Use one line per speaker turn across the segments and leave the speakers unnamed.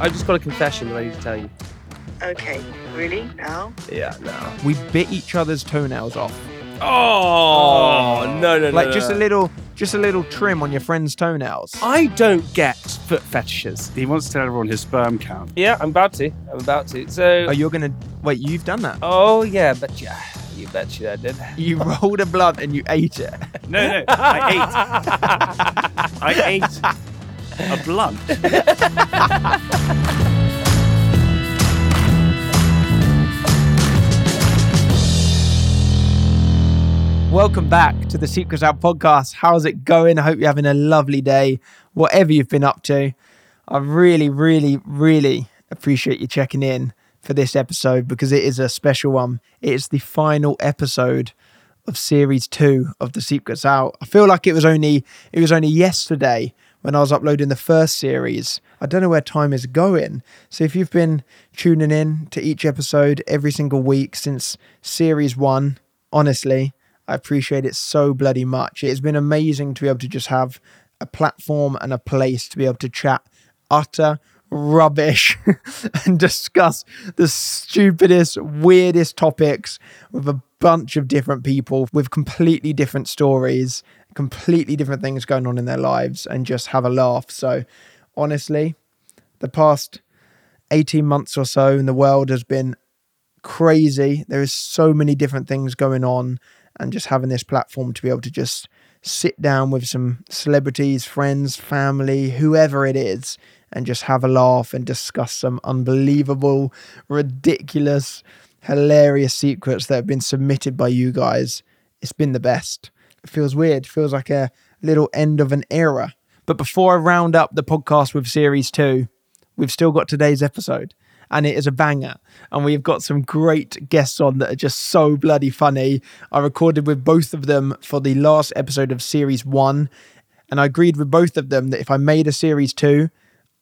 I've just got a confession that I need to tell you.
Okay, really? Now?
Yeah, no.
We bit each other's toenails off.
Oh, no, no, no.
like
no,
just
no.
a little just a little trim on your friend's toenails.
I don't get foot fetishes.
He wants to tell everyone his sperm count.
Yeah, I'm about to. I'm about to. So,
Oh, you're gonna wait, you've done that.
oh yeah, betcha. You betcha I did.
You rolled a blunt and you ate it.
No, no, I ate. I ate a blunt.
Welcome back to the Secrets Out podcast. How's it going? I hope you're having a lovely day, whatever you've been up to. I really, really, really appreciate you checking in for this episode because it is a special one. It is the final episode of series two of the Secrets Out. I feel like it was only it was only yesterday when I was uploading the first series. I don't know where time is going. So if you've been tuning in to each episode every single week since series one, honestly, I appreciate it so bloody much. It's been amazing to be able to just have a platform and a place to be able to chat utter rubbish and discuss the stupidest, weirdest topics with a bunch of different people with completely different stories, completely different things going on in their lives, and just have a laugh. So, honestly, the past 18 months or so in the world has been crazy. There is so many different things going on, and just having this platform to be able to just sit down with some celebrities, friends, family, whoever it is, and just have a laugh and discuss some unbelievable, ridiculous, hilarious secrets that have been submitted by you guys. It's been the best. It feels weird, feels like a little end of an era. But before I round up the podcast with series two, we've still got today's episode and it is a banger and we've got some great guests on that are just so bloody funny i recorded with both of them for the last episode of series one and i agreed with both of them that if i made a series two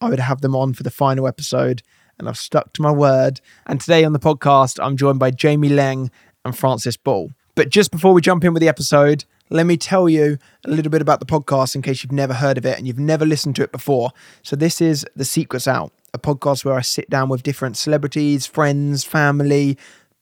i would have them on for the final episode and i've stuck to my word and today on the podcast i'm joined by jamie leng and francis ball but just before we jump in with the episode let me tell you a little bit about the podcast in case you've never heard of it and you've never listened to it before. So, this is The Secrets Out, a podcast where I sit down with different celebrities, friends, family,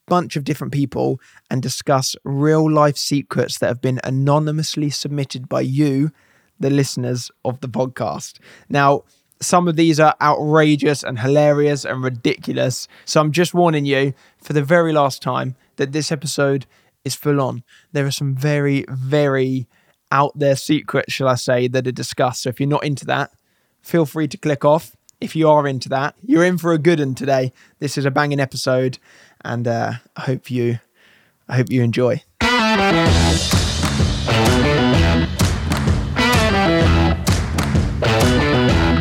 bunch of different people and discuss real life secrets that have been anonymously submitted by you, the listeners of the podcast. Now, some of these are outrageous and hilarious and ridiculous. So, I'm just warning you for the very last time that this episode is full on. There are some very, very out there secrets, shall I say, that are discussed. So if you're not into that, feel free to click off. If you are into that, you're in for a good one today. This is a banging episode, and uh, I hope you, I hope you enjoy.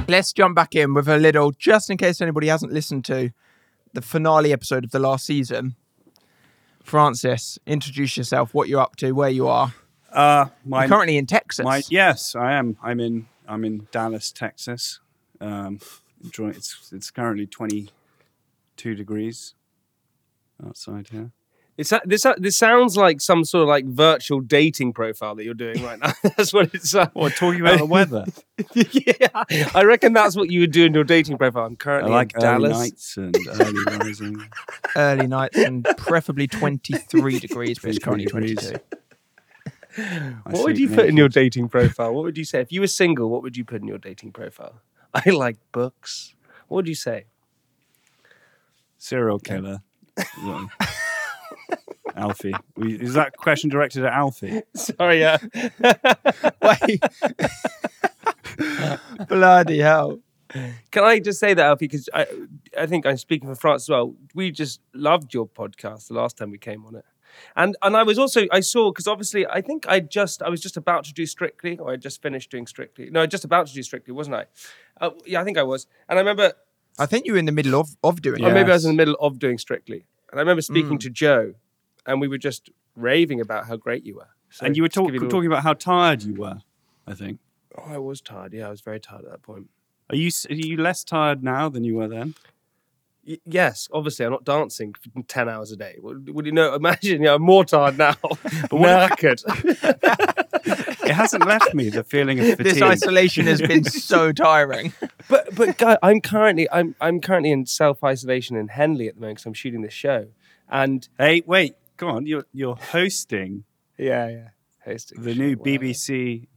Let's jump back in with a little, just in case anybody hasn't listened to the finale episode of the last season. Francis, introduce yourself, what you're up to, where you are.
Uh, my,
You're currently in Texas.
my yes, I am. I'm in. I'm in Dallas, Texas. Um, enjoying. It's it's currently 22 degrees outside here.
It's this this sounds like some sort of like virtual dating profile that you're doing right now. that's what it's uh,
Well, talking about the weather.
yeah, I reckon that's what you would do in your dating profile. I'm
I
currently
like
in
early
Dallas.
nights and early rising.
Early nights and preferably 23 degrees, but it's currently 22.
I
What would
sleep
you put in your
naked.
dating profile? What would you say if you were single? What would you put in your dating profile? I like books. What would you say?
serial killer? Yeah. Alfie, We- is that question directed at Alfie?
Sorry, yeah.
Wait. Bloody hell.
Can I just say that, Alfie? Because I, I think I'm speaking for France as well. We just loved your podcast the last time we came on it, and and I was also I saw because obviously I think I just I was just about to do Strictly, or I just finished doing Strictly. No, I just about to do Strictly, wasn't I? Uh, yeah, I think I was. And I remember,
I think you were in the middle of, of doing
or
it.
maybe I was
Yes. Mm.
in the middle of doing Strictly, and I remember speaking to Joe, and we were just raving about how great you were. So
and you were
just give
talk-
a little-
talking about how tired you were. I think.
Oh, I was tired. Yeah, I was very tired at that point.
Are you s- are you less tired now than you were then?
Y- yes, obviously, I'm not dancing for 10 hours a day. Would, would you know? Imagine, yeah, I'm more tired now. Knackered.
it hasn't left me the feeling of fatigue.
this isolation has been so tiring.
but but guy, I'm currently I'm I'm currently in self isolation in Henley at the moment because I'm shooting this show, and
hey, wait, go on. You're you're hosting
yeah, yeah, hosting
the
show,
new
wow.
BBC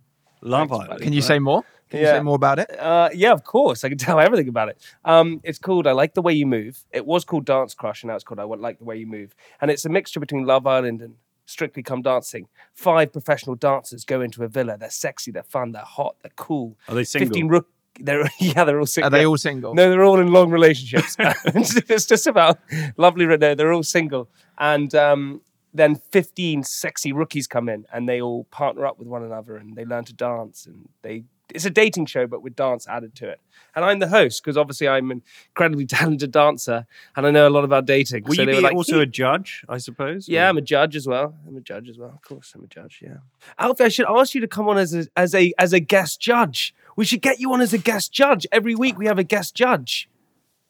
Love
Thanks,
Island.
buddy.
Can you say more? Can you
Yeah.
say more about it?
Uh, yeah, of course. I can tell everything about it. Um, it's called I Like the Way You Move. It was called Dance Crush, and now it's called I Want Like the Way You Move. And it's a mixture between Love Island and Strictly Come Dancing. Five professional dancers go into a villa. They're sexy, they're fun, they're hot, they're cool.
Are they single?
Fifteen rook. They're yeah, they're all single.
Are they all single?
No, they're all in long relationships. it's just about lovely. No, they're all single, and um, then fifteen sexy rookies come in, and they all partner up with one another, and they learn to dance, and they. It's a dating show, but with dance added to it. And I'm the host because obviously I'm an incredibly talented dancer, and I know a lot about dating.
Will
so
you
they
be
were like,
also a judge, I suppose?
yeah,
Or-
I'm a judge as well. I'm a judge as well. Of course, I'm a judge. Yeah, Alfie, I should ask you to come on as a as a as a guest judge. We should get you on as a guest judge every week. We have a guest judge.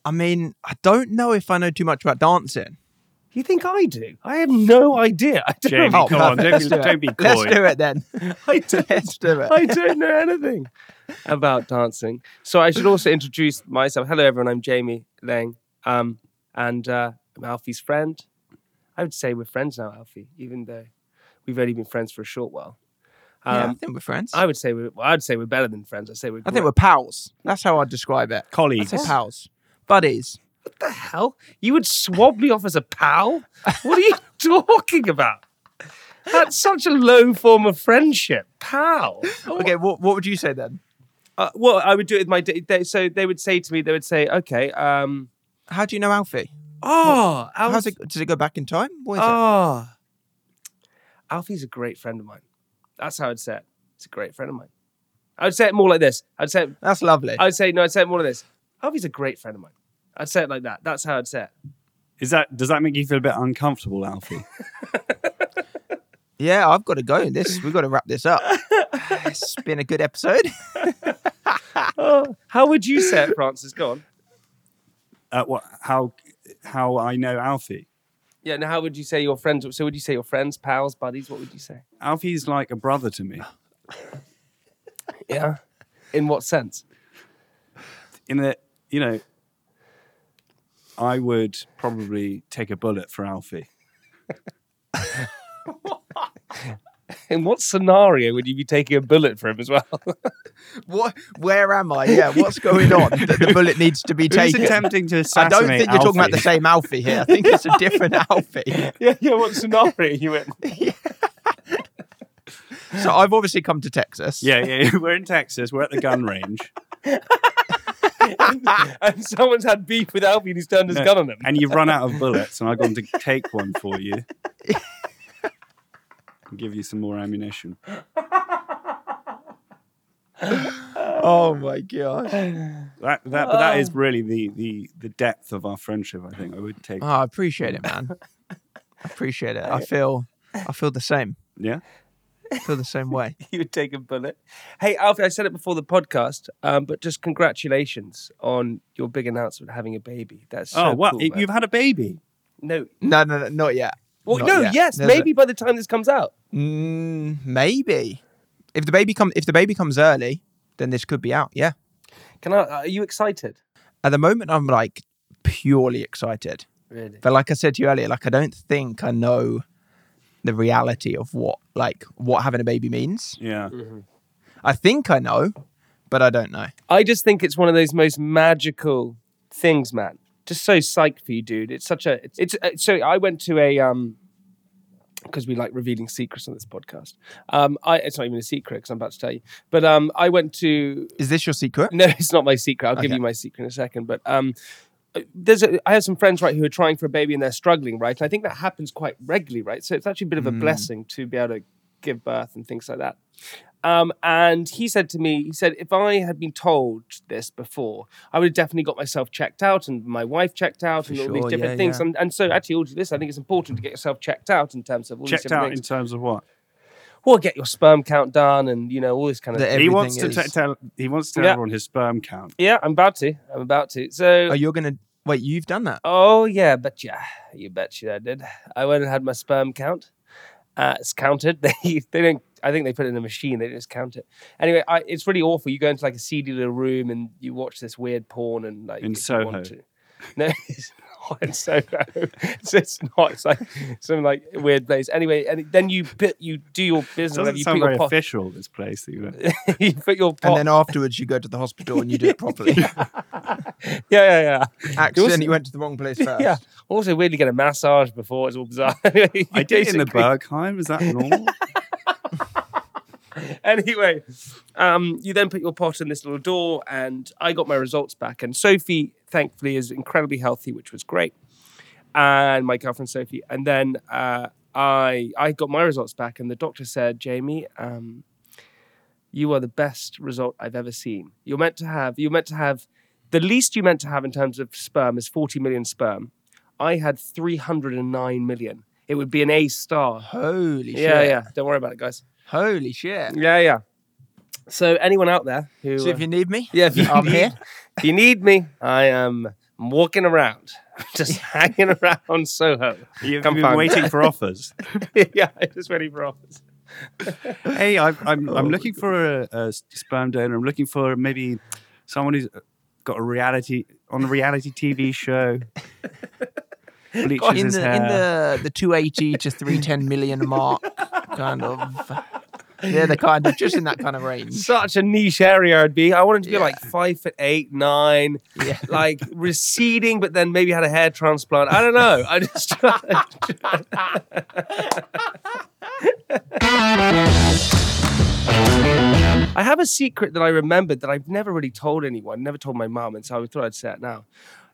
I mean, I don't know if I know too much about dancing.
You think I do? I have no idea. I don't,
Jamie,
know.
come on, don't be,
perfect. Let's do
Oh, don't be coy.
Let's do it then.
I don't,
Let's do it.
I don't know anything about dancing. So I should also introduce myself. Hello, everyone. I'm Jamie Lang, um, and uh, I'm Alfie's friend. I would say we're friends now, Alfie, even though we've only been friends for a short while.
yeah, I
Um,
think we're friends.
I would say we're. Well, I'd say we're better than friends. I say we're.
I think we're pals. That's how I'd describe it. I'd
Colleagues.
say pals. Buddies.
what the hell? You would swab me off as a pal? What are you talking about? That's such a low form of friendship, pal.
Oh.
Okay, what, what would you say then?
Uh, well, I would do it with my. da- They, so they would say to me, they would say, "Okay, um,
How do you know Alfie?
oh, Alf-
How's it, does it go back in time? What is
Uh,
it?
oh, Alfie's a great friend of mine." That's how I'd say it. It's a great friend of mine. I would say it more like this. I'd say, it,
That's lovely.
I'd say no. I'd say it more like this. Alfie's a great friend of mine. I'd say it like that. That's how I'd say it.
Is that does that make you feel a bit uncomfortable, Alfie?
yeah, I've got to go. This we've got to wrap this up. it's been a good episode.
Oh, how would you say it, Francis? Go on.
Uh, what? How? How I know Alfie?
Yeah. Now, how would you say your friends? So, would you say your friends, pals, buddies? What would you say?
Alfie's like a brother to
Oh.
me.
Yeah. In what sense?
In that, you know, I would probably take a bullet for Alfie.
In what scenario would you be taking a bullet for him as well?
What? Where am I? Yeah, what's going on? that the bullet needs to be
Who's
taken.
attempting to
I
assassinate
don't think you're talking about the
Alfie?
same Alfie here. I think it's a different Alfie.
yeah, yeah. What scenario are you in?
So I've obviously come to Texas.
Yeah, yeah. We're in Texas. We're at the gun range,
and someone's had beef with Alfie and he's turned his
No.
gun on him.
and you've run out of bullets, and I've gone to take one for you. Give you some more ammunition.
Oh my gosh.
That that but that
Oh.
is really the the the depth of our friendship. I think I would take.
Oh, I appreciate it, man. I appreciate it. I feel I feel the same.
Yeah.
I feel the same way.
You would take a bullet. Hey, Alfie, I said it before the podcast, um, but just congratulations on your big announcement having a baby. That's so
oh, what?
cool, man.
You've had a baby.
no,
No, no, no not yet.
well,
Not
no,
yet.
yes,
There's a-
maybe by the time this comes out.
Mm, maybe. If the baby come if the baby comes early, then this could be out. Yeah.
Can I? Are you excited?
At the moment, I'm like purely excited.
Really?
But like I said to you earlier, like I don't think I know the reality of what like what having a baby means.
Yeah.
I think I know, but I don't know.
I just think it's one of those most magical things, man. Just so psyched for you, dude. It's such a. It's, it's uh, so I went to a um because we like revealing secrets on this podcast. Um, I it's not even a secret because I'm about to tell you. But um, I went to
Is this your secret?
no, it's not my secret. I'll give
Okay.
you my secret in a second. But um, there's a, I have some friends right who are trying for a baby and they're struggling, right? And I think that happens quite regularly, right? So it's actually a bit of
Mm.
a blessing to be able to give birth and things like that. Um, and he said to me, he said, if I had been told this before, I would have definitely got myself checked out and my wife checked out and all
sure,
these different
yeah,
things.
yeah.
And, and so actually, all of this, I think it's important to get yourself checked out in terms of all these
Checked
different
out in
things.
terms of what?
Well, get your sperm count done and, you know, all this kind of
The-
thing.
he wants
Everything
to
is-
te- tell. He wants to tell
Yeah.
everyone his sperm count.
Yeah, I'm about to. I'm about to. So
Oh, you're gonna wait. You've done that.
Oh yeah, bet yeah, you bet you I did. I went and had my sperm count. Uh, it's counted. They they don't I think they put it in a machine. They just count it. Anyway, I, it's really awful. You go into like a seedy little room and you watch this weird porn and like
In
if you want
Soho.
to- No, it's not in Soho. It's, it's not. It's like some like weird place. Anyway, and then you put you do your business.
doesn't
whatever, you put
sound
your
very
pot,
official. This place that you went.
you put your pot.
And then afterwards, you go to the hospital and you do it properly.
yeah, yeah, yeah.
Accidentally went to the wrong place first.
Yeah. Also, weirdly, get a massage before it's all bizarre. Anyway,
I
you
did in the
basically-
Bergheim. Is that normal?
Anyway, um, you then put your pot in this little door, and I got my results back. And Sophie, thankfully, is incredibly healthy, which was great. And my girlfriend Sophie, and then uh, I I got my results back, and the doctor said, Jamie, um, you are the best result I've ever seen. You're meant to have you're meant to have the least you're meant to have in terms of sperm is 40 million sperm. I had 309 million. It would be an A star.
Holy shit.
Yeah, yeah. Don't worry about it, guys.
Holy shit.
Yeah, yeah. So anyone out there who
So if
uh,
you need me,
yeah, if you
I'm
need,
here.
if you need me, I am walking around, just hanging around Soho.
You've
Come
been
find me.
waiting for offers.
yeah, I'm just ready for offers.
Hey, I'm I'm, I'm
Oh.
looking for a, a s- sperm donor. I'm looking for maybe someone who's uh, got a reality on a reality TV show. Bleaches
in
his
the
hair.
in the the 280 to 310 million mark kind of they're the kind of just in that kind of range
Such a niche area I'd be. I wanted to be like five foot eight, nine,
yeah
like receding, but then maybe had a hair transplant. I don't know. I just. I have a secret that I remembered that I've never really told anyone, never told my mum, and so I thought I'd say it now.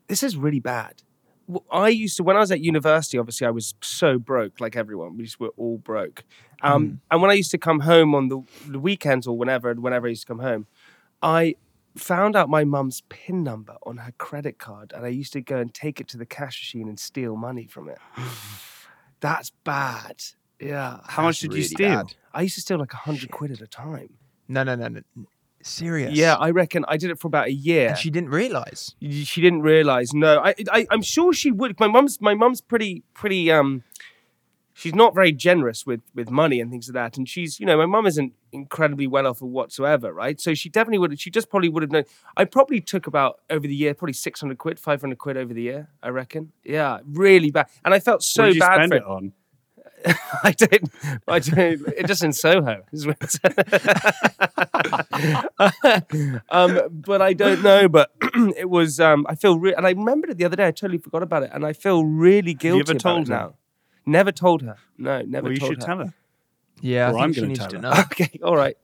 This is really bad. W- I used to, when I was at university, obviously I was so broke, like everyone. We just were all broke. Um,
Mm.
And when I used to come home on the, the weekends or whenever, whenever I used to come home, I found out my mum's PIN number on her credit card, and I used to go and take it to the cash machine and steal money from it. That's bad. Yeah.
How much did you
Really
steal?
bad.
I used to steal like a hundred quid at a time.
no no no no serious
Yeah, I reckon I did it for about a year.
and she didn't realize
Y- she didn't realize. No, I, I I'm sure she would. My mum's my mum's pretty pretty um. She's not very generous with with money and things like that, and she's you know my mum isn't incredibly well off or whatsoever, right? So she definitely would. She just probably would have known. I probably took about over the year probably six hundred quid, five hundred quid over the year, I reckon. Yeah, really bad, and I felt so
what did you
bad
spend
for
it on?
I don't. I don't. It just in Soho. is what it's- um, but I don't know. But it was. Um, I feel. Re- and I remembered it the other day. I totally forgot about it, and I feel really guilty.
you ever
about
told
it
her?
now? Never told her. No, never.
Well, you
told
should
her.
tell her.
yeah
Well,
I
I'm
think she
gonna
needs
tell
to
her.
know
Okay. All right.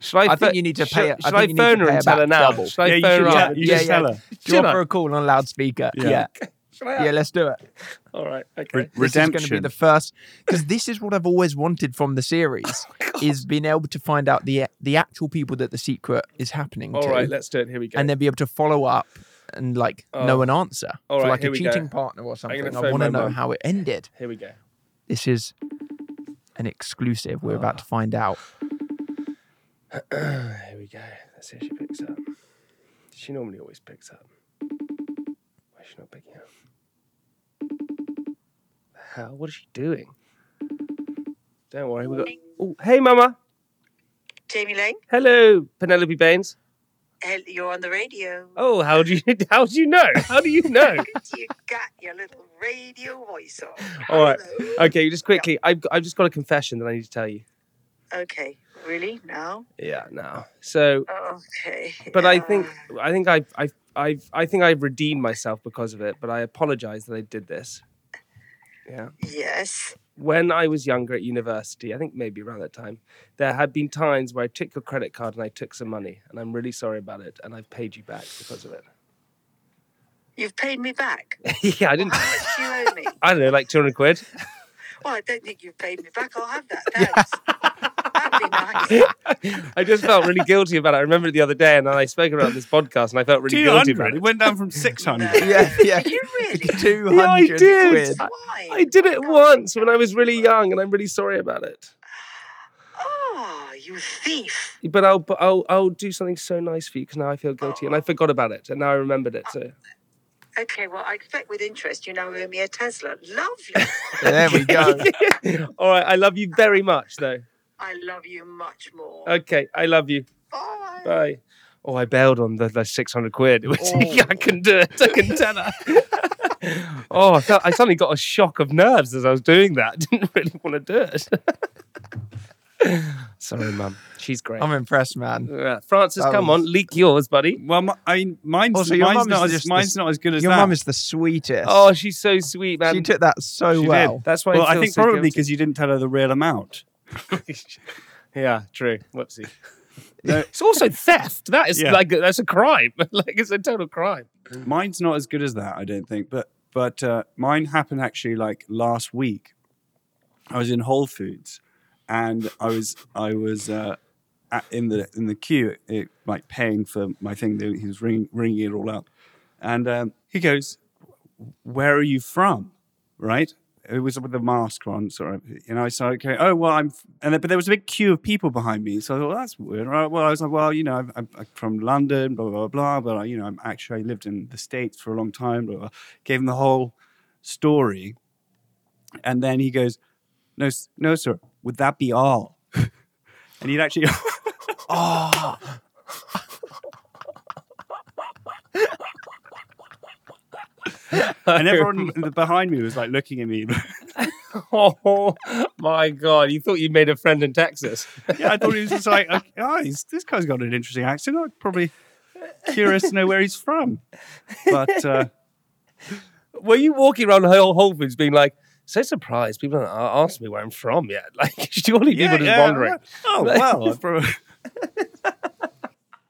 Should I?
I
pho-
think you need to
should-
pay- I
Should
think
I
you need to
phone her
pay
and tell her
about
now?
double.
Should I
yeah, you
phone
should,
her?
tell,
up?
you
Yeah,
should
yeah.
tell her.
do you
Should
want for
I?
a call on loudspeaker
Yeah.
yeah
Should I?
yeah let's do it
All right. Okay.
Re-
This is going to be
redemption.
the first because this is what I've always wanted from the series
Oh
is being able to find out the the actual people that the secret is happening
All
to,
right. Let's do it. Here we go.
and then be able to follow up and like know
Oh.
an answer
All
for
right,
like
here
a
we go.
cheating partner or something. I
phone
want
my
to know
mum.
how it ended.
Here we go.
This is an exclusive. We're
Ah.
about to find out.
Here we go. Let's see if she picks up. She normally always picks up. Why is she not picking up? The hell? What is she doing? Don't worry, we got. Oh, hey, Mama.
Jamie Lane,
Hello, Penelope Baines.
hel- you're on the radio.
Oh, how do you? How do you know? How do you know?
You got your little radio voice on.
All right.
Hello.
Okay, just quickly. I've got- I've just got a confession that I need to tell you.
Okay, really? Now?
Yeah, now. So,
Okay.
but I think
Uh,
I think I I I I think I've redeemed myself because of it. But I apologize that I did this. Yeah.
Yes.
when I was younger at university, I think maybe around that time, there had been times where I took your credit card and I took some money, and I'm really sorry about it, and I've paid you back because of it.
You've paid me back.
yeah, I didn't.
How much do you owe me?
I don't know, like 200 quid.
Well, I don't think you've paid me back. I'll have that. Thanks. That'd be nice.
I just felt really guilty about it. I remember it the other day, and I spoke about this podcast, and I felt really guilty about
200. It
it.
went down from 600.
No.
Yeah, yeah.
Did you really?
Two
Yeah, I
hundred
did.
quid.
Why?
I did it once when I was really
Ah,
young, and I'm really sorry about it.
Oh, you thief.
But I'll but I'll I'll do something so nice for you because now I feel guilty, and I forgot about it, and now I remembered it. So
Okay, well, I expect with interest you now owe me a Tesla. Lovely.
There we go.
all right, I love you very much, though.
I love you much more.
Okay, I love you.
Bye.
Bye. Oh, I bailed on the, the 600 quid. It was- I couldn't do it. I couldn't tell her. oh, I, felt, I suddenly got a shock of nerves as I was doing that. I didn't really want to do it. Sorry, mum. She's great.
I'm impressed, man.
Uh, Francis,
That
come
was-
on, leak yours, buddy.
Well, my, I mean, mine's,
Also, your
mine's,
mum is
not, as,
just-
mine's not as good as
Your
that.
mum is the sweetest.
Oh, she's so sweet, man.
she took that so
She
well.
did.
That's why.
well,
I,
I
feel
think
so
probably
guilty.
because you didn't tell her the real amount.
yeah, true. Whoopsie. It's also theft. That is
Yeah.
like that's a crime. like it's a total crime.
Mine's not as good as that, I don't think. But but uh, mine happened actually like last week. I was in Whole Foods, and I was I was uh, at, in the in the queue, it, like paying for my thing. They- He was ringing ringing it all up, and um, he goes, "Where are you from?" Right. It was with the mask on, sorry. And I started going, "Oh well, I'm," f-" and then, but there was a big queue of people behind me, so I thought well, that's weird. Right? Well, I was like, "Well, you know, I'm, I'm I'm from London, blah blah blah, blah, but you know, I'm actually I lived in the States for a long time." Blah, blah. Gave him the whole story, and then he goes, "No, s- no, sir, would that be all?" and he'd actually. and everyone behind me was like looking at me.
Oh my god! You thought you made a friend in Texas?
yeah, I thought he was just like, okay, oh, he's, this guy's got an interesting accent. I'm probably curious to know where he's from. But uh,
Were you walking around Whole Whole Foods being like? So surprised people don't a- ask me where I'm from yet. Like surely
yeah,
people
yeah,
just wondering.
Oh well, I'm from-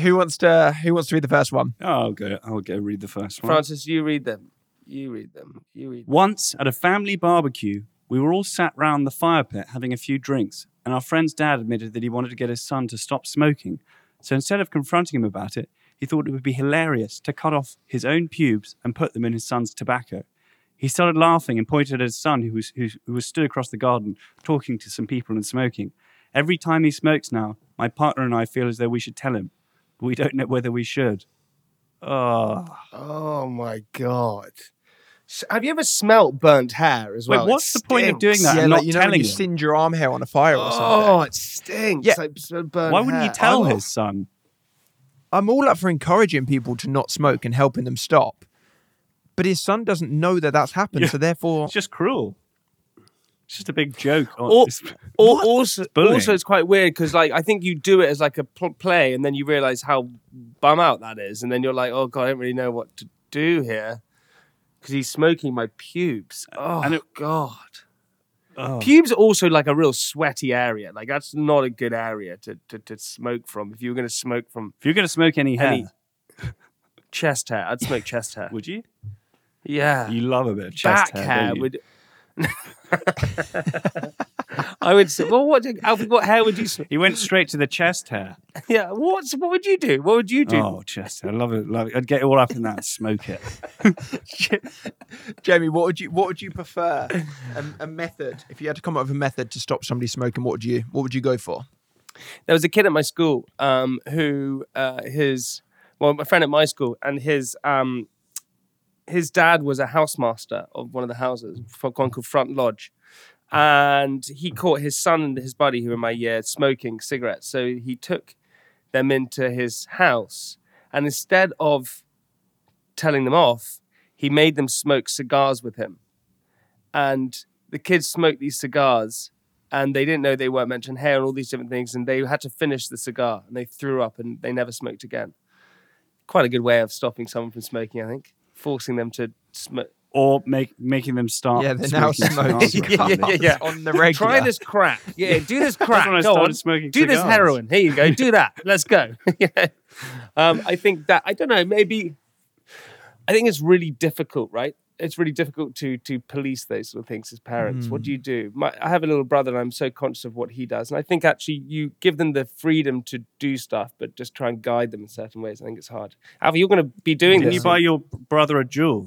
Who wants to who wants to be the first one?
oh, I'll go. I'll go read the first one.
Francis, you read them. You read them. You read. Them.
Once at a family barbecue, we were all sat round the fire pit having a few drinks, and our friend's dad admitted that he wanted to get his son to stop smoking. So instead of confronting him about it, he thought it would be hilarious to cut off his own pubes and put them in his son's tobacco. He started laughing and pointed at his son, who was, who, who was stood across the garden talking to some people and smoking. Every time he smokes now, my partner and I feel as though we should tell him, but we don't know whether we should. Oh.
Oh my god! S- Have you ever smelt burnt hair as
Wait,
well? It
what's the point of doing
stinks.
that?
yeah,
I'm
like
not
you know when
telling
you
him.
singe your arm hair on a fire or something.
Oh, it stinks.
Yeah.
Like, so burnt
Why wouldn't you
hair.
Oh.
tell
I'm-
his son?
I'm all up for encouraging people to not smoke and helping them stop, but his son doesn't know that that's happened, so therefore,
It's just cruel. It's just a big joke.
Or, or also,
bullying.
also, it's quite weird because, like, I think you do it as like a pl- play, and then you realize how bum out that is, and then you're like, "Oh God, I don't really know what to do here," because he's smoking my pubes. Oh
and it-
God,
Oh.
pubes are also like a real sweaty area. Like, that's not a good area to to, to smoke from. If you were going to smoke from
if you're going to smoke any hair,
Any- chest hair, I'd smoke chest hair.
would you?
Yeah,
You love a bit of
back
chest
hair,
hair. don't you?
would. I would say, well, what, Alfie, what hair would you? sm-
He went straight to the chest hair.
Yeah, what's what would you do? What would you do?
Oh, chest hair. Love it. Love it. I'd get all up in that and smoke it.
Jamie, what would you what would you prefer a, a method if you had to come up with a method to stop somebody smoking? What would you what would you go for?
There was a kid at my school um, who uh, his well, my friend at my school, and his um, his dad was a housemaster of one of the houses, for one called Front Lodge. And he caught his son and his buddy, who were in my year, smoking cigarettes. So he took them into his house And instead of telling them off, he made them smoke cigars with him. And the kids smoked these cigars and they didn't know they weren't mentioned hair and all these different things. And they had to finish the cigar and they threw up and they never smoked again. Quite a good way of stopping someone from smoking, I think. Forcing them to smoke.
or make making them start.
Yeah, they now
smoking
smoke
cigars
Yeah, yeah, yeah,
randomly.
yeah.
on the regular.
Try this crack. Yeah, do this crack.
That's when I
Go
started
on.
smoking
do this
cigars.
heroin. Here you go. Do that. Let's go. yeah. um, I think that I don't know. Maybe I think it's really difficult, right? It's really difficult to to police those sort of things as parents. What do you do? My, I have a little brother, and I'm so conscious of what he does. And I think actually, you give them the freedom to do stuff, but just try and guide them in certain ways. I think it's hard. Alfie, you're going to be doing
Didn't
this.
you buy your brother a jewel?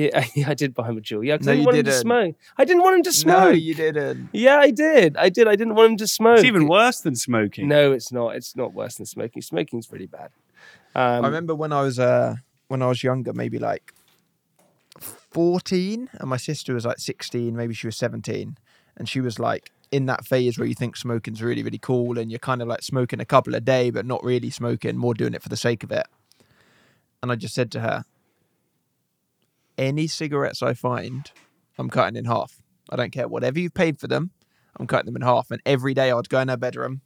yeah, yeah, I did buy him a jewel. Yeah, because
No,
I didn't
you
want him to
didn't.
smoke. I didn't want him to smoke.
No, you didn't.
Yeah, I did. I did. I didn't want him to smoke.
It's even worse than smoking.
No, it's not. It's not worse than smoking. Smoking's really bad.
I
Um,
remember when I was uh when I was younger, maybe like fourteen, and my sister was like sixteen, maybe she was seventeen, and she was like in that phase where you think smoking's really really cool, and you're kind of like smoking a couple a day, but not really smoking, more doing it for the sake of it. And I just said to her, "Any cigarettes I find, I'm cutting in half. I don't care whatever you've paid for them, I'm cutting them in half." And every day I'd go in her bedroom,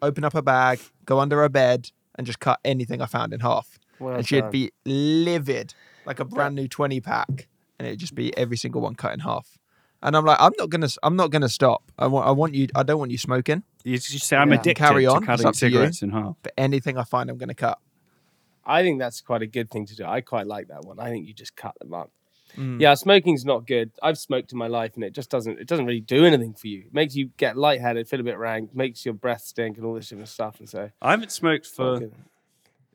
open up her bag, go under her bed, and just cut anything I found in half.
Well
and she'd
done.
be livid, like a brand new twenty pack, and it'd just be every single one cut in half. And I'm like, I'm not gonna, I'm not gonna stop. I want, I want you. I don't want you smoking.
You just say I'm
Yeah.
addicted
Carry on.
to
It's
cutting
up to you.
cigarettes in half.
But anything I find, I'm gonna cut.
I think that's quite a good thing to do. I quite like that one. I think you just cut them up.
Mm.
Yeah, smoking's not good. I've smoked in my life, and it just doesn't. It doesn't really do anything for you. It makes you get lightheaded, feel a bit rank, makes your breath stink, and all this different stuff. And so,
I haven't smoked for
Okay.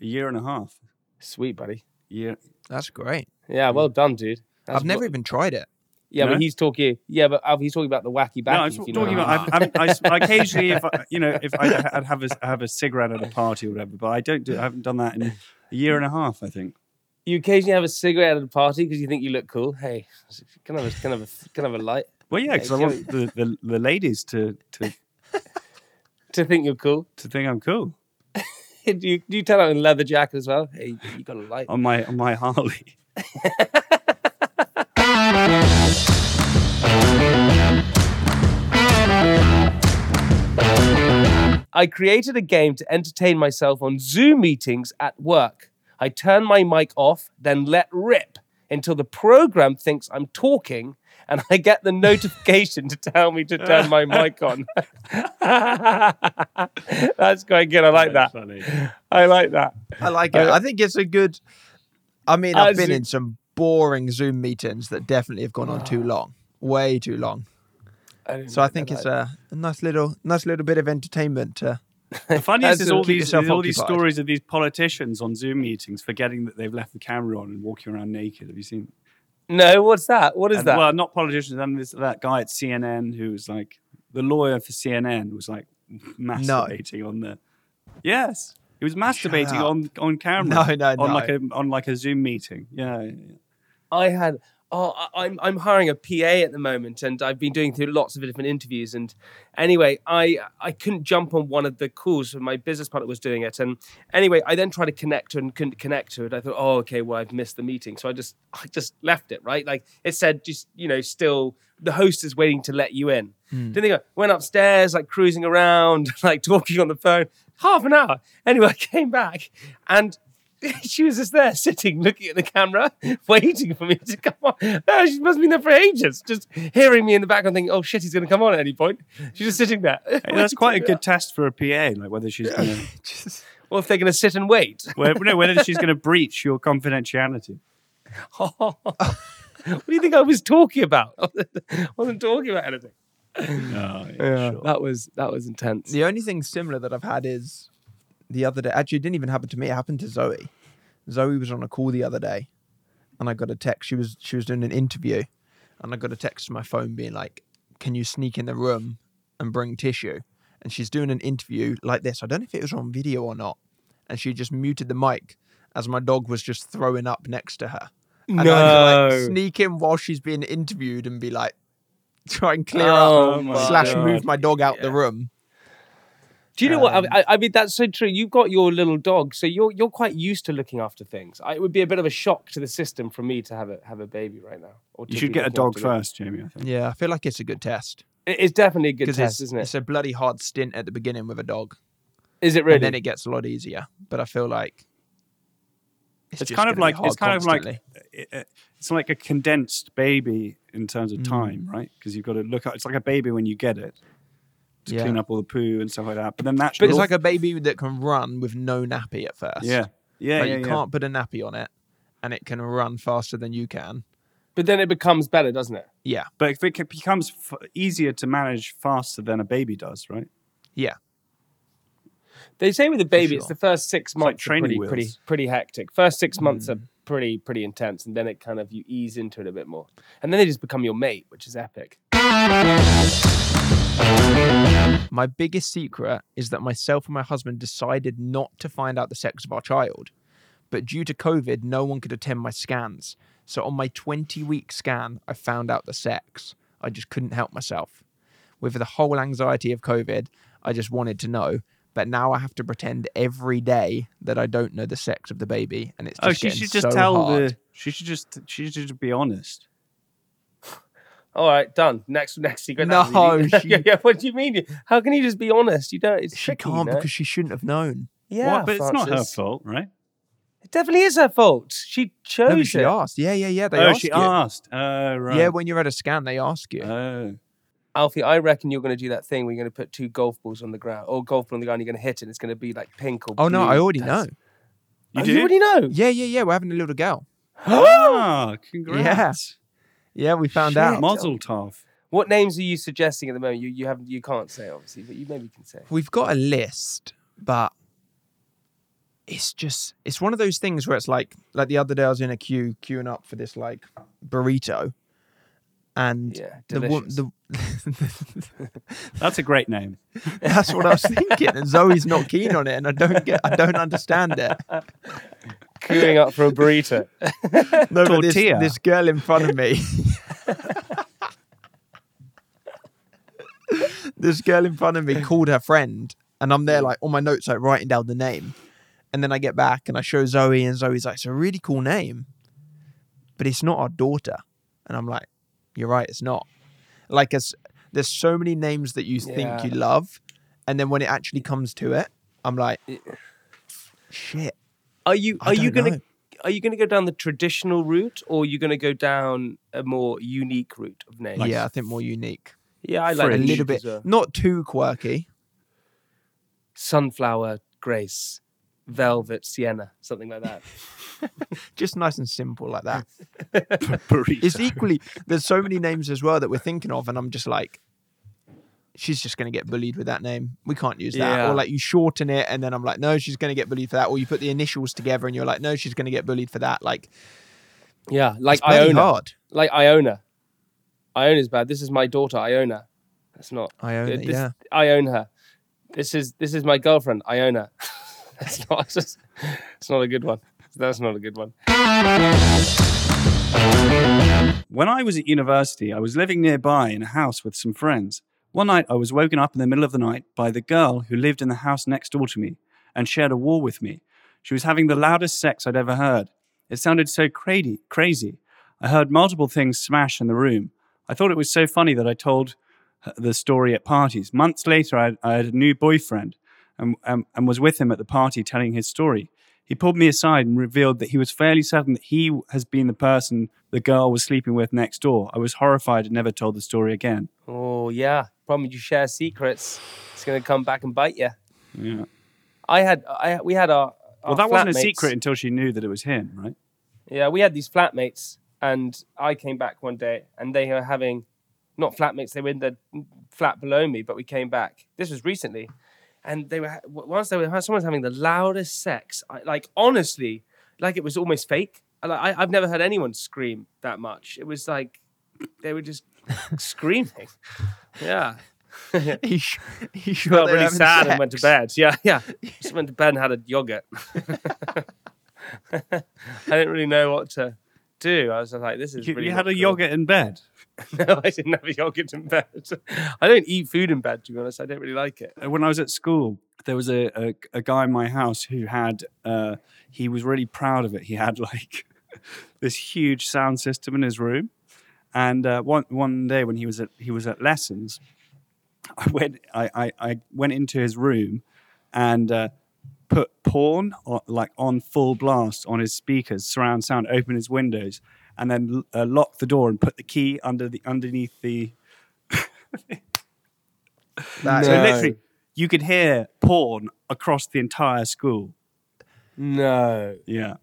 a year and a half.
sweet, buddy.
Year.
That's great.
Yeah,
Mm.
well done, dude. That's
I've never
what-
even tried it.
yeah,
No?
but he's talking. Yeah, but Alf, he's talking about the wacky back.
no, I was talking about. I, haven't- I, s- occasionally, if I, you know, if I, I'd have a have a cigarette at a party or whatever, but I don't do. I haven't done that in a year and a half. I think.
you occasionally have a cigarette at a party because you think you look cool. Hey, can I have a, can I have a, can I have a light
Well, yeah, because I want the, the, the ladies to, to
to think you're cool?
to think I'm cool
do you, do you turn out in a leather jacket as well? Hey, you got a light.
on my on my Harley.
I created a game to entertain myself on Zoom meetings at work. I turn my mic off, then let rip until the program thinks I'm talking and I get the notification to tell me to turn my mic on. That's quite good. I like that. I like that.
I like it. I think it's a good. I mean,
Uh,
I've been
Zoom-
in some boring Zoom meetings that definitely have gone on too long, way too long. So Ah. I think it's a, a nice little, nice little bit of entertainment. To,
The funniest
That's
is
to
all
keep
these
yourself
is all these
occupied.
stories of these politicians on Zoom meetings forgetting that they've left the camera on and walking around naked. Have you seen?
No, what's that? What is
and-
that?
Well, not politicians. And this that guy at CNN who was like the lawyer for CNN was like masturbating on the. Yes, he was masturbating
up.
on on camera.
No, no,
on
no.
like a on like a Zoom meeting. Yeah, yeah, yeah.
I had. Oh, I- I'm I'm hiring a PA at the moment, and I've been doing through lots of different interviews. And anyway, I I couldn't jump on one of the calls, and my business partner was doing it. And anyway, I then tried to connect to it and couldn't connect to it. I thought, oh, okay, well, I've missed the meeting, so I just I just left it. Right, like it said, just you know, still the host is waiting to let you in. Then they go went upstairs, like cruising around, like talking on the phone, half an hour. Anyway, I came back, and she was just there sitting, looking at the camera, waiting for me to come on. No, she must have been there for ages, just hearing me in the background thinking, oh shit, he's going to come on at any point. She's just sitting there.
Hey, that's quite a good test for a PA, like whether she's gonna
Or if they're going to sit and wait.
whether, no, whether she's gonna breach your confidentiality.
what do you think I was talking about? I wasn't talking about anything.
Oh, yeah, sure.
That was that was intense.
the only thing similar that I've had is the other day. Actually, it didn't even happen to me. It happened to Zoe. Zoe was on a call the other day, and I got a text. She was she was doing an interview, and I got a text to my phone being like, "Can you sneak in the room and bring tissue?" And she's doing an interview like this. I don't know if it was on video or not, and she just muted the mic as my dog was just throwing up next to her. And I had to,
No.
like, sneak in while she's being interviewed and be like, try and clear
Oh
up
my
slash
God.
move my dog out the room.
Do you know what? I, I- I mean, that's so true. You've got your little dog, so you're you're quite used to looking after things. I, it would be a bit of a shock to the system for me to have a have a baby right now. Or to
You should
be
get a
looking
dog
after them.
first, Jamie. I think.
Yeah, I feel like it's a good test
It- It's definitely a good
because
test,
it's,
isn't it?
it's a bloody hard stint at the beginning with a dog,
Is it
and
really?
then it gets a lot easier. But I feel like
It's,
just
kind of
gonna be
like it's
hard
kind of
constantly. Mm.
like it- it- it's like a condensed baby in terms of time, right? Because you've got to look at it's like a baby when you get it to
Yeah.
clean up all the poo and stuff like that. But then that's
But it's like a baby that can run with no nappy at first.
yeah, yeah,
like
yeah,
you
yeah.
can't put a nappy on it, and it can run faster than you can.
But then it becomes better, doesn't it?
Yeah,
But if it c- becomes f- easier to manage faster than a baby does, right?
yeah,
They say with a baby, it's
sure.
the first six
like
months are
training
pretty,
wheels.
pretty, pretty hectic. First six months
Hmm.
are pretty, pretty intense, and then it kind of you ease into it a bit more, and then they just become your mate, which is epic.
My biggest secret is that myself and my husband decided not to find out the sex of our child. But due to COVID, no one could attend my scans. So on my 20 week scan, I found out the sex. I just couldn't help myself. With the whole anxiety of COVID, I just wanted to know. But now I have to pretend every day that I don't know the sex of the baby. And it's just
oh, she
getting
should just
so
tell
hard.
the. She should just. She should just be honest.
All right, done. Next, next secret.
No,
That was easy.
she-
yeah, yeah. What do you mean? How can you just be honest? You don't. It's
She
tricky,
can't
no?
because she shouldn't have known.
yeah,
What? but it's not her
Francis.
fault, right?
It definitely is her fault. She chose
No, but she
it.
asked. Yeah, yeah, yeah. They
oh,
asked
she
you.
asked. Oh, right.
Yeah, when you're at a scan, they ask you.
Oh.
Alfie, I reckon you're going to do that thing where you're going to put two golf balls on the ground, or golf ball on the ground. You're going to hit it. and It's going to be like pink or.
oh, no,
blue.
I already
That's-
know.
You
Oh,
did?
You already know.
Yeah, yeah, yeah. We're having a little girl.
Ah, congrats.
Yeah, we found
Shit.
out.
Mazel tov.
What names are you suggesting at the moment? You you have you can't say obviously, but you maybe can say.
We've got a list, but it's just it's one of those things where it's like like the other day I was in a queue queuing up for this like burrito, and
Yeah,
the, wo-
delicious.
the
That's a great name.
that's what I was thinking, and Zoe's not keen on it, and I don't get I don't understand it.
Queuing up for a burrito.
No, but this,
Tortilla.
this girl in front of me. this girl in front of me called her friend, and I'm there like on my notes, like writing down the name. And then I get back and I show Zoe, and Zoe's like, "It's a really cool name, but it's not our daughter." And I'm like, "You're right, it's not." Like, it's, there's so many names that you think
Yeah.
you love, and then when it actually comes to it, I'm like, "Shit."
Are you
I
are you
don't
gonna
know.
are you gonna go down the traditional route or are you gonna go down a more unique route of names?
yeah, I think more unique,
yeah, I like
a
the
little
unique
bit,
as well.
not too quirky.
sunflower grace, velvet sienna, something like that.
just nice and simple like that.
Burrito.
It's equally there's so many names as well that we're thinking of, and I'm just like, she's just gonna get bullied with that name. We can't use that.
Yeah.
Or like you shorten it, and then I'm like, no, she's gonna get bullied for that. Or you put the initials together, and you're like, no, she's gonna get bullied for that. Like
yeah, like
it's bloody
Iona.
hard.
Like Iona. Iona's bad. This is my daughter, Iona. That's not
Iona,
this-
yeah.
I own her. This is this is my girlfriend, Iona. That's not it's just, it's not a good one. That's not a good one.
When I was at university, I was living nearby in a house with some friends. One night, I was woken up in the middle of the night by the girl who lived in the house next door to me and shared a wall with me. She was having the loudest sex I'd ever heard. It sounded so crazy. crazy. I heard multiple things smash in the room. I thought it was so funny that I told her the story at parties. Months later, I, I had a new boyfriend and, and, and was with him at the party telling his story. He pulled me aside and revealed that he was fairly certain that he has been the person the girl was sleeping with next door. I was horrified and never told the story again.
Oh yeah. Problem you share secrets, it's gonna come back and bite you.
Yeah.
I had I we had our,
Well,
our
that wasn't a
flatmates.
secret until she knew that it was him, right?
Yeah, we had these flatmates, and I came back one day, and they were having, not flatmates, they were in the flat below me, but we came back. This was recently, and they were ha- w- once they were someone's having the loudest sex. I, like honestly, like it was almost fake. I, like, I, I've never heard anyone scream that much. It was like they were just screaming. Yeah,
He, sh- he sure
felt
they were
really
having
sad and went to
sex.
bed. Yeah, yeah. Just went to bed and had a yogurt. I didn't really know what to do. I was just like, this is
You,
really
you
not
had a
cool.
yogurt in bed.
no, I didn't have a yogurt in bed. I don't eat food in bed, to be honest. I don't really like it.
Uh, When I was at school, there was a, a, a guy in my house who had, uh, he was really proud of it. He had like this huge sound system in his room. And uh, one, one day when he was at, he was at lessons, I went, I, I, I went into his room and uh, put porn on, like on full blast on his speakers, surround sound, open his windows, and then uh, locked the door and put the key under the underneath the.
That
So
is-
literally, you could hear porn across the entire school.
No,
Yeah,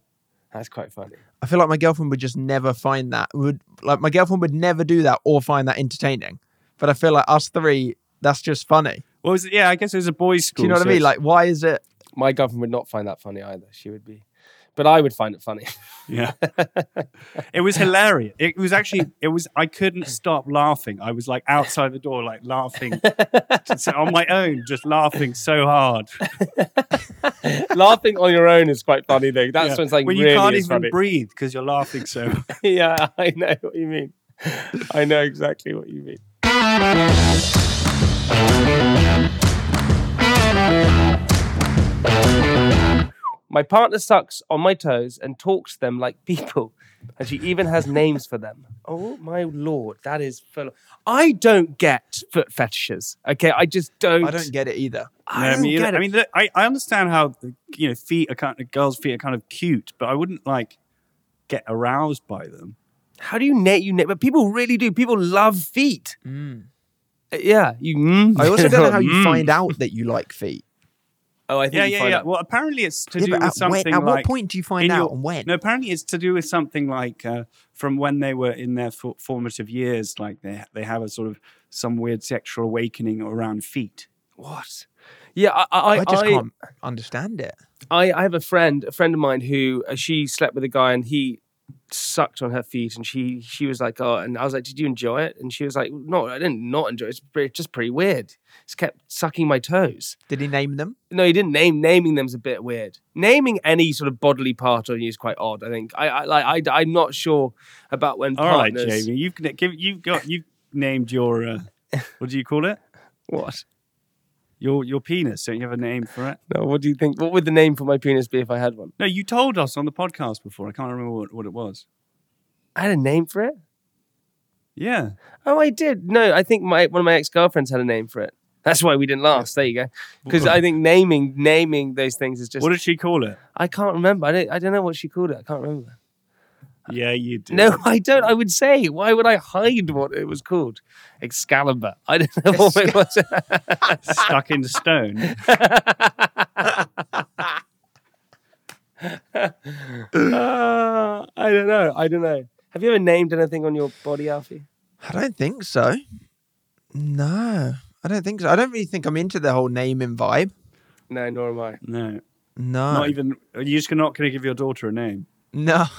that's quite funny.
I feel like my girlfriend would just never find that. Would like my girlfriend would never do that or find that entertaining. But I feel like us three, that's just funny.
what was it? Yeah, I guess it was a boys'
Do
school.
you know what I
so
mean?
it's-
Like, why is it?
My girlfriend would not find that funny either. She would be, but I would find it funny.
Yeah. it was hilarious. It was actually, it was, I couldn't stop laughing. I was like outside the door, like laughing just on my own, just laughing so hard.
Laughing on your own is quite funny, though. That's
Yeah.
when it's like
when
really
you can't
is
even
funny.
breathe because you're laughing so
yeah, I know what you mean. I know exactly what you mean. My partner sucks on my toes and talks to them like people, and she even has names for them. Oh my lord, that is full. I don't get foot fetishes. Okay, I just don't.
I don't get it either.
I
No,
don't
mean, you-
get it.
I mean, look, I, I understand how you know feet are kind of girls' feet are kind of cute, but I wouldn't like get aroused by them.
how do you net you net? But people really do. People love feet. Uh, Yeah, you. Mm.
Mm. I also don't know how you
Mm.
find out that you like feet.
Oh, I think
Yeah,
you
yeah,
find
yeah.
out.
Well, apparently it's to do
Yeah, but
with
at, when-
something
at
like
what point do you find
in
out
your-
and when?
No, apparently it's to do with something like uh, from when they were in their for- formative years, like they they have a sort of some weird sexual awakening around feet.
What? Yeah, I, I,
I just
I,
can't understand it.
I, I have a friend, a friend of mine who uh, she slept with a guy and he sucked on her feet and she she was like, oh, and I was like, did you enjoy it? And she was like, no, I didn't not enjoy it. It's pretty, just pretty weird. Just kept sucking my toes.
Did he name them?
No, he didn't name naming them's a bit weird. Naming any sort of bodily part on you is quite odd. I think I, I like I, I'm not sure about when
All right,
partners.
Jamie, you've g- give, you've got you've named your uh, what do you call it?
What?
Your your penis. Don't you have a name for it?
No, what do you think? What would the name for my penis be if I had one?
No, you told us on the podcast before. I can't remember what, what it was.
I had a name for it.
Yeah.
Oh, I did. No, I think my one of my ex girlfriends had a name for it. That's why we didn't last. There you go. Because I think naming naming those things is just.
What did she call it?
I can't remember. I don't. I don't know what she called it. I can't remember.
Yeah, you do.
No, I don't. I would say. Why would I hide what it was called? Excalibur. I don't know what it was.
stuck in stone.
Uh, I don't know. I don't know. Have you ever named anything on your body, Alfie?
I don't think so. No, I don't think so. I don't really think I'm into the whole naming vibe.
No, nor am I.
No,
No,
not even. You're just not going to give your daughter a name.
no.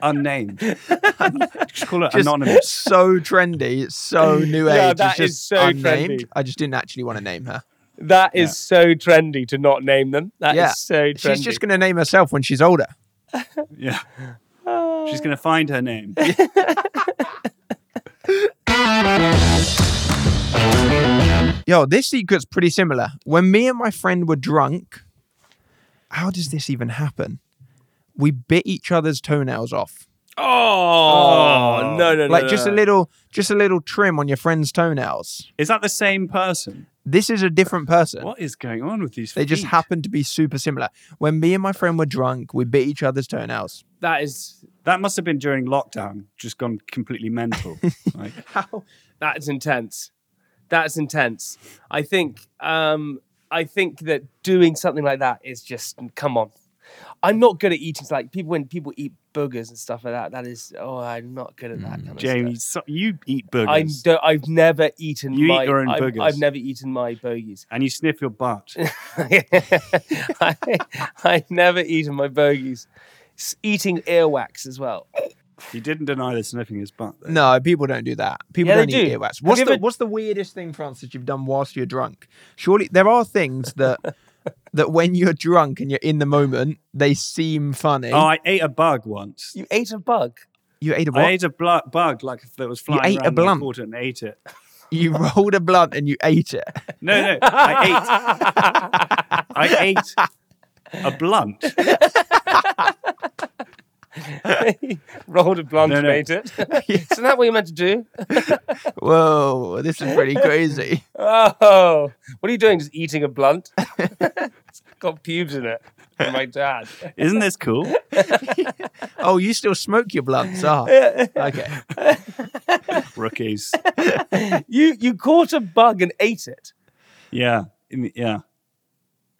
Unnamed. just call it
Just
anonymous.
so trendy. It's so new
Yeah,
age.
that
it's
is
just
so
unnamed.
trendy.
I just didn't actually want to name her.
That is
Yeah.
so trendy to not name them. That is
Yeah.
so trendy.
She's just going to name herself when she's older.
Yeah.
Uh,
She's going to find her name.
Yo, this secret's pretty similar. When me and my friend were drunk, how does this even happen? We bit each other's toenails off.
Oh, no, no, no.
like
no,
just a
no.
little just a little trim on your friend's toenails.
Is that the same person?
This is a different person.
What is going on with these?
They just
feet?
happen to be super similar. When me and my friend were drunk, we bit each other's toenails.
That is
That must have been during lockdown. Just gone completely mental. like,
that's intense. That's intense. I think um I think that doing something like that is just come on. I'm not good at eating like people when people eat boogers and stuff like that. That is oh I'm not good at
Mm,
that. kind of
Jamie,
stuff.
so, you eat burgers
I don't, I've never eaten
You eat
my
your own
I've,
boogers.
I've never eaten my bogies.
and you sniff your butt.
I, I've never eaten my bogies. S- eating earwax as well.
you didn't deny the sniffing his butt. though.
No, people don't do that. People
Yeah, they
don't eat
do.
earwax.
Have
What's
you
the
ever-
what's the weirdest thing, France, that you've done whilst you're drunk? Surely there are things that that when you're drunk and you're in the moment, they seem funny.
Oh, I ate a bug once.
You ate a bug.
you ate a
I
what?
ate a blu- bug like if it was flying
ate a
around and I
blunt.
caught it and ate it.
You rolled a blunt and you ate it.
No, no, I ate. I ate a blunt.
Rolled a blunt
No,
and
no.
ate it. Isn't that what you're meant to do?
Whoa, this is pretty crazy.
Oh, what are you doing? Just eating a blunt? it's got pubes in it. From my dad.
Isn't this cool?
Oh, you still smoke your blunts, ah? Okay.
Rookies.
You you caught a bug and ate it.
Yeah. In- Yeah.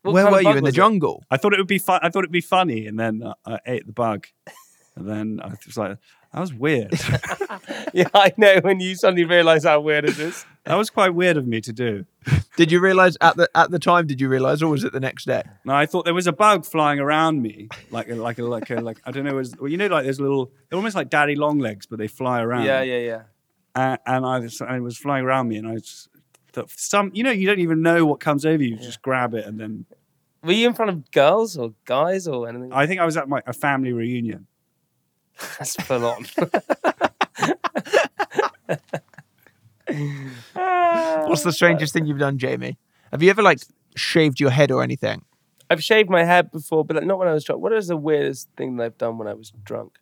What
Where
kind of
were you
bug
in the
was it?
jungle?
I thought it would be fun. I thought it'd be funny, and then uh, I ate the bug, and then I was like, "That was weird. that
Yeah, I know. When you suddenly realise how weird it is.
was quite weird of me to do."
Did you realize at the at the time? Did you realize, or was it the next day?
No, I thought there was a bug flying around me, like a, like a, like a, like I don't know, it was, well, you know, like those little, they're almost like daddy long legs, but they fly
Hmm.
around.
Yeah, yeah, yeah.
And, and I was, and it was flying around me, and I just, thought some, you know, you don't even know what comes over you, you just grab it, and then
Were you in front of girls or guys or anything?
I think I was at my a family reunion.
That's full on.
What's the strangest thing you've done, Jamie? Have you ever like shaved your head or anything?
I've shaved my head before, but like, not when I was drunk. What is the weirdest thing that I've done when I was drunk?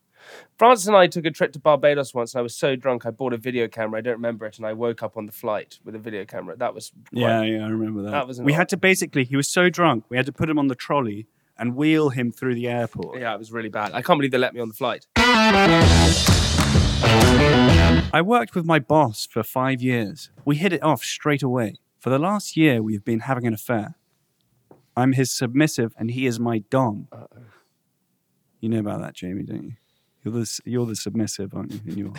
Francis and I took a trip to Barbados once, and I was so drunk I bought a video camera. I don't remember it, and I woke up on the flight with a video camera. That was quite-
Yeah, yeah, I remember that.
That was an
we
odd-
had to basically, he was so drunk, we had to put him on the trolley and wheel him through the airport.
yeah, it was really bad. I can't believe they let me on the flight.
I worked with my boss for five years. We hit it off straight away. For the last year, we have been having an affair. I'm his submissive, and he is my dom. You know about that, Jamie, don't you? You're the s- you're the submissive, aren't you? In your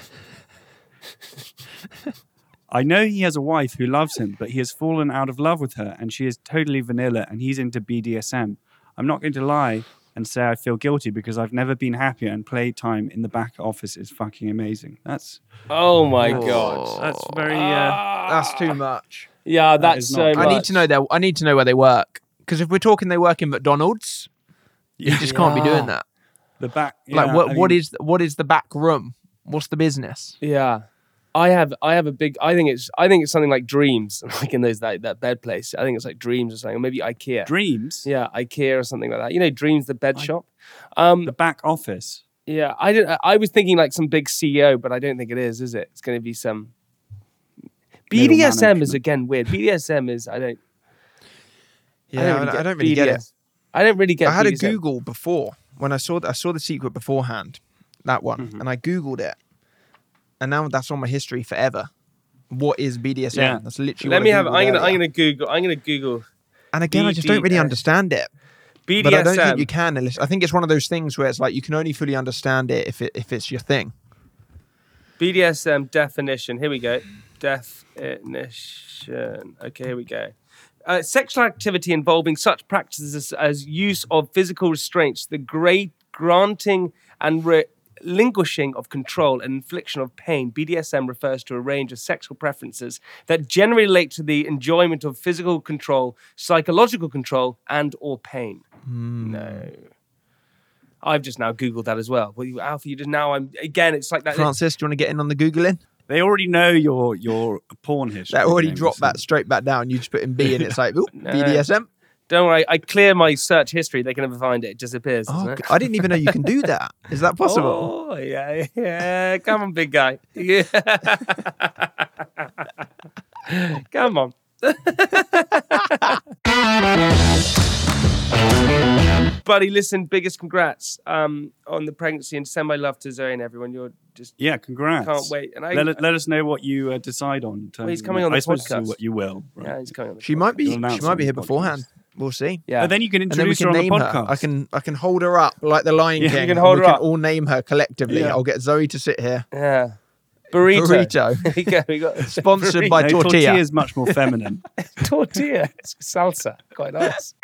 I know he has a wife who loves him, but he has fallen out of love with her, and she is totally vanilla, and he's into BDSM. I'm not going to lie and say I feel guilty because I've never been happier, and playtime in the back office is fucking amazing. That's
Oh my
Oh.
god!
that's very. Uh,
Ah.
That's too much.
Yeah, that's
is not-
so.
I need
much.
to know their, I need to know where they work because if we're talking, they work in McDonald's. You just can't be doing that.
the back.
Like,
yeah,
what
I
what
mean,
is what is the back room? What's the business?
Yeah. I have I have a big I think it's I think it's something like dreams like in those that, that bed place I think it's like dreams or something or maybe IKEA
dreams?
yeah IKEA or something like that you know dreams the bed shop um
The back office.
yeah I did I was thinking like some big CEO but I don't think it is is it it's going to be some
Middle
BDSM is
management.
again weird BDSM is I don't
it.
BDS. I don't really get
I had a
BDSM.
Google before when I saw th- I saw the secret beforehand, that one,
Mm-hmm.
and I Googled it, and now that's on my history forever. What is BDSM?
Yeah.
That's literally.
let
what
me
I
have
Googled
I'm gonna
earlier.
I'm gonna Google I'm gonna Google
And again, I just don't really
BDS.
understand it.
BDSM
But I don't think you can unless I think it's one of those things where it's like you can only fully understand it if it, if it's your thing.
BDSM definition. Here we go. Definition. Okay, here we go. Uh, sexual activity involving such practices as, as use of physical restraints, the great granting and relinquishing of control and infliction of pain. BDSM refers to a range of sexual preferences that generally relate to the enjoyment of physical control, psychological control, and or pain. No. I've just now Googled that as well. Well, you, Alfie, you just now, I'm again, it's like that.
Francis, do you want to get in on the googling?
They already know your your porn history.
That already
Jamie,
dropped
so-
that straight back down. You just put in B and it's like oop, BDSM.
Don't worry, I clear my search history. They can never find it. It disappears.
Oh,
doesn't it?
g- I didn't even know you can do that. Is that possible?
Oh, yeah, yeah. Come on, big guy. Yeah. Come on. Buddy, listen, biggest congrats um, on the pregnancy and send my love to Zoe and everyone. You're just.
Yeah, congrats.
Can't wait. And I-
let, us- let us know what you uh, decide on. in terms
Well, he's
of
coming
that.
on the
I suppose
podcast.
What you will. right.
Yeah, he's coming on the
She might be.
You'll
She
announce
might
on
be
the
here
podcast.
beforehand. We'll see.
Yeah.
And then you can
and then we
introduce
can
her on
name
the
her.
podcast.
I can I can hold her up like the Lion
Yeah, you
King.
can
and
hold
we
her
can
up.
all name her collectively.
Yeah.
I'll get Zoe to sit here.
yeah. Burrito.
Burrito.
we got, we got
Sponsored by
No,
Tortilla.
is much more feminine.
tortilla. It's salsa. Quite nice.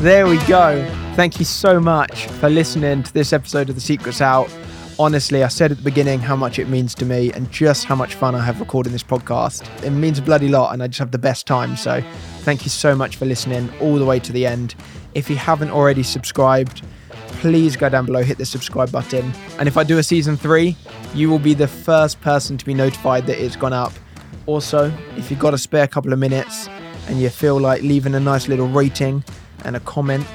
There we go. Thank you so much for listening to this episode of The Secrets Out. honestly, I said at the beginning how much it means to me and just how much fun I have recording this podcast. It means a bloody lot, and I just have the best time. So, thank you so much for listening all the way to the end. If you haven't already subscribed, please go down below, hit the subscribe button. And if I do a season three, you will be the first person to be notified that it's gone up. Also, if you've got a spare couple of minutes and you feel like leaving a nice little rating and a comment,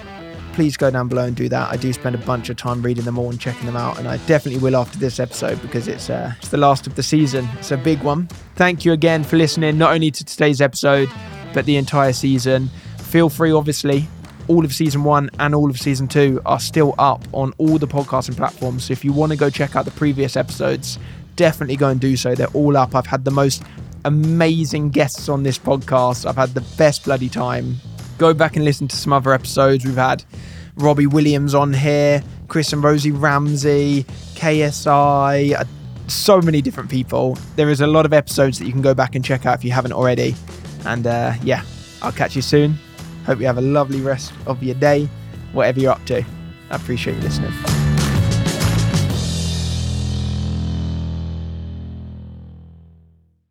please go down below and do that. I do spend a bunch of time reading them all and checking them out, and I definitely will after this episode because it's uh, it's the last of the season. It's a big one. Thank you again for listening, not only to today's episode, but the entire season. Feel free, obviously. All of season one and all of season two are still up on all the podcasting platforms. So if you want to go check out the previous episodes, definitely go and do so. They're all up. I've had the most amazing guests on this podcast. I've had the best bloody time go back and listen to some other episodes. We've had Robbie Williams on here, Chris and Rosie Ramsey, KSI, uh, so many different people. There is a lot of episodes that you can go back and check out if you haven't already. And uh, yeah, I'll catch you soon. Hope you have a lovely rest of your day, whatever you're up to. I appreciate you listening.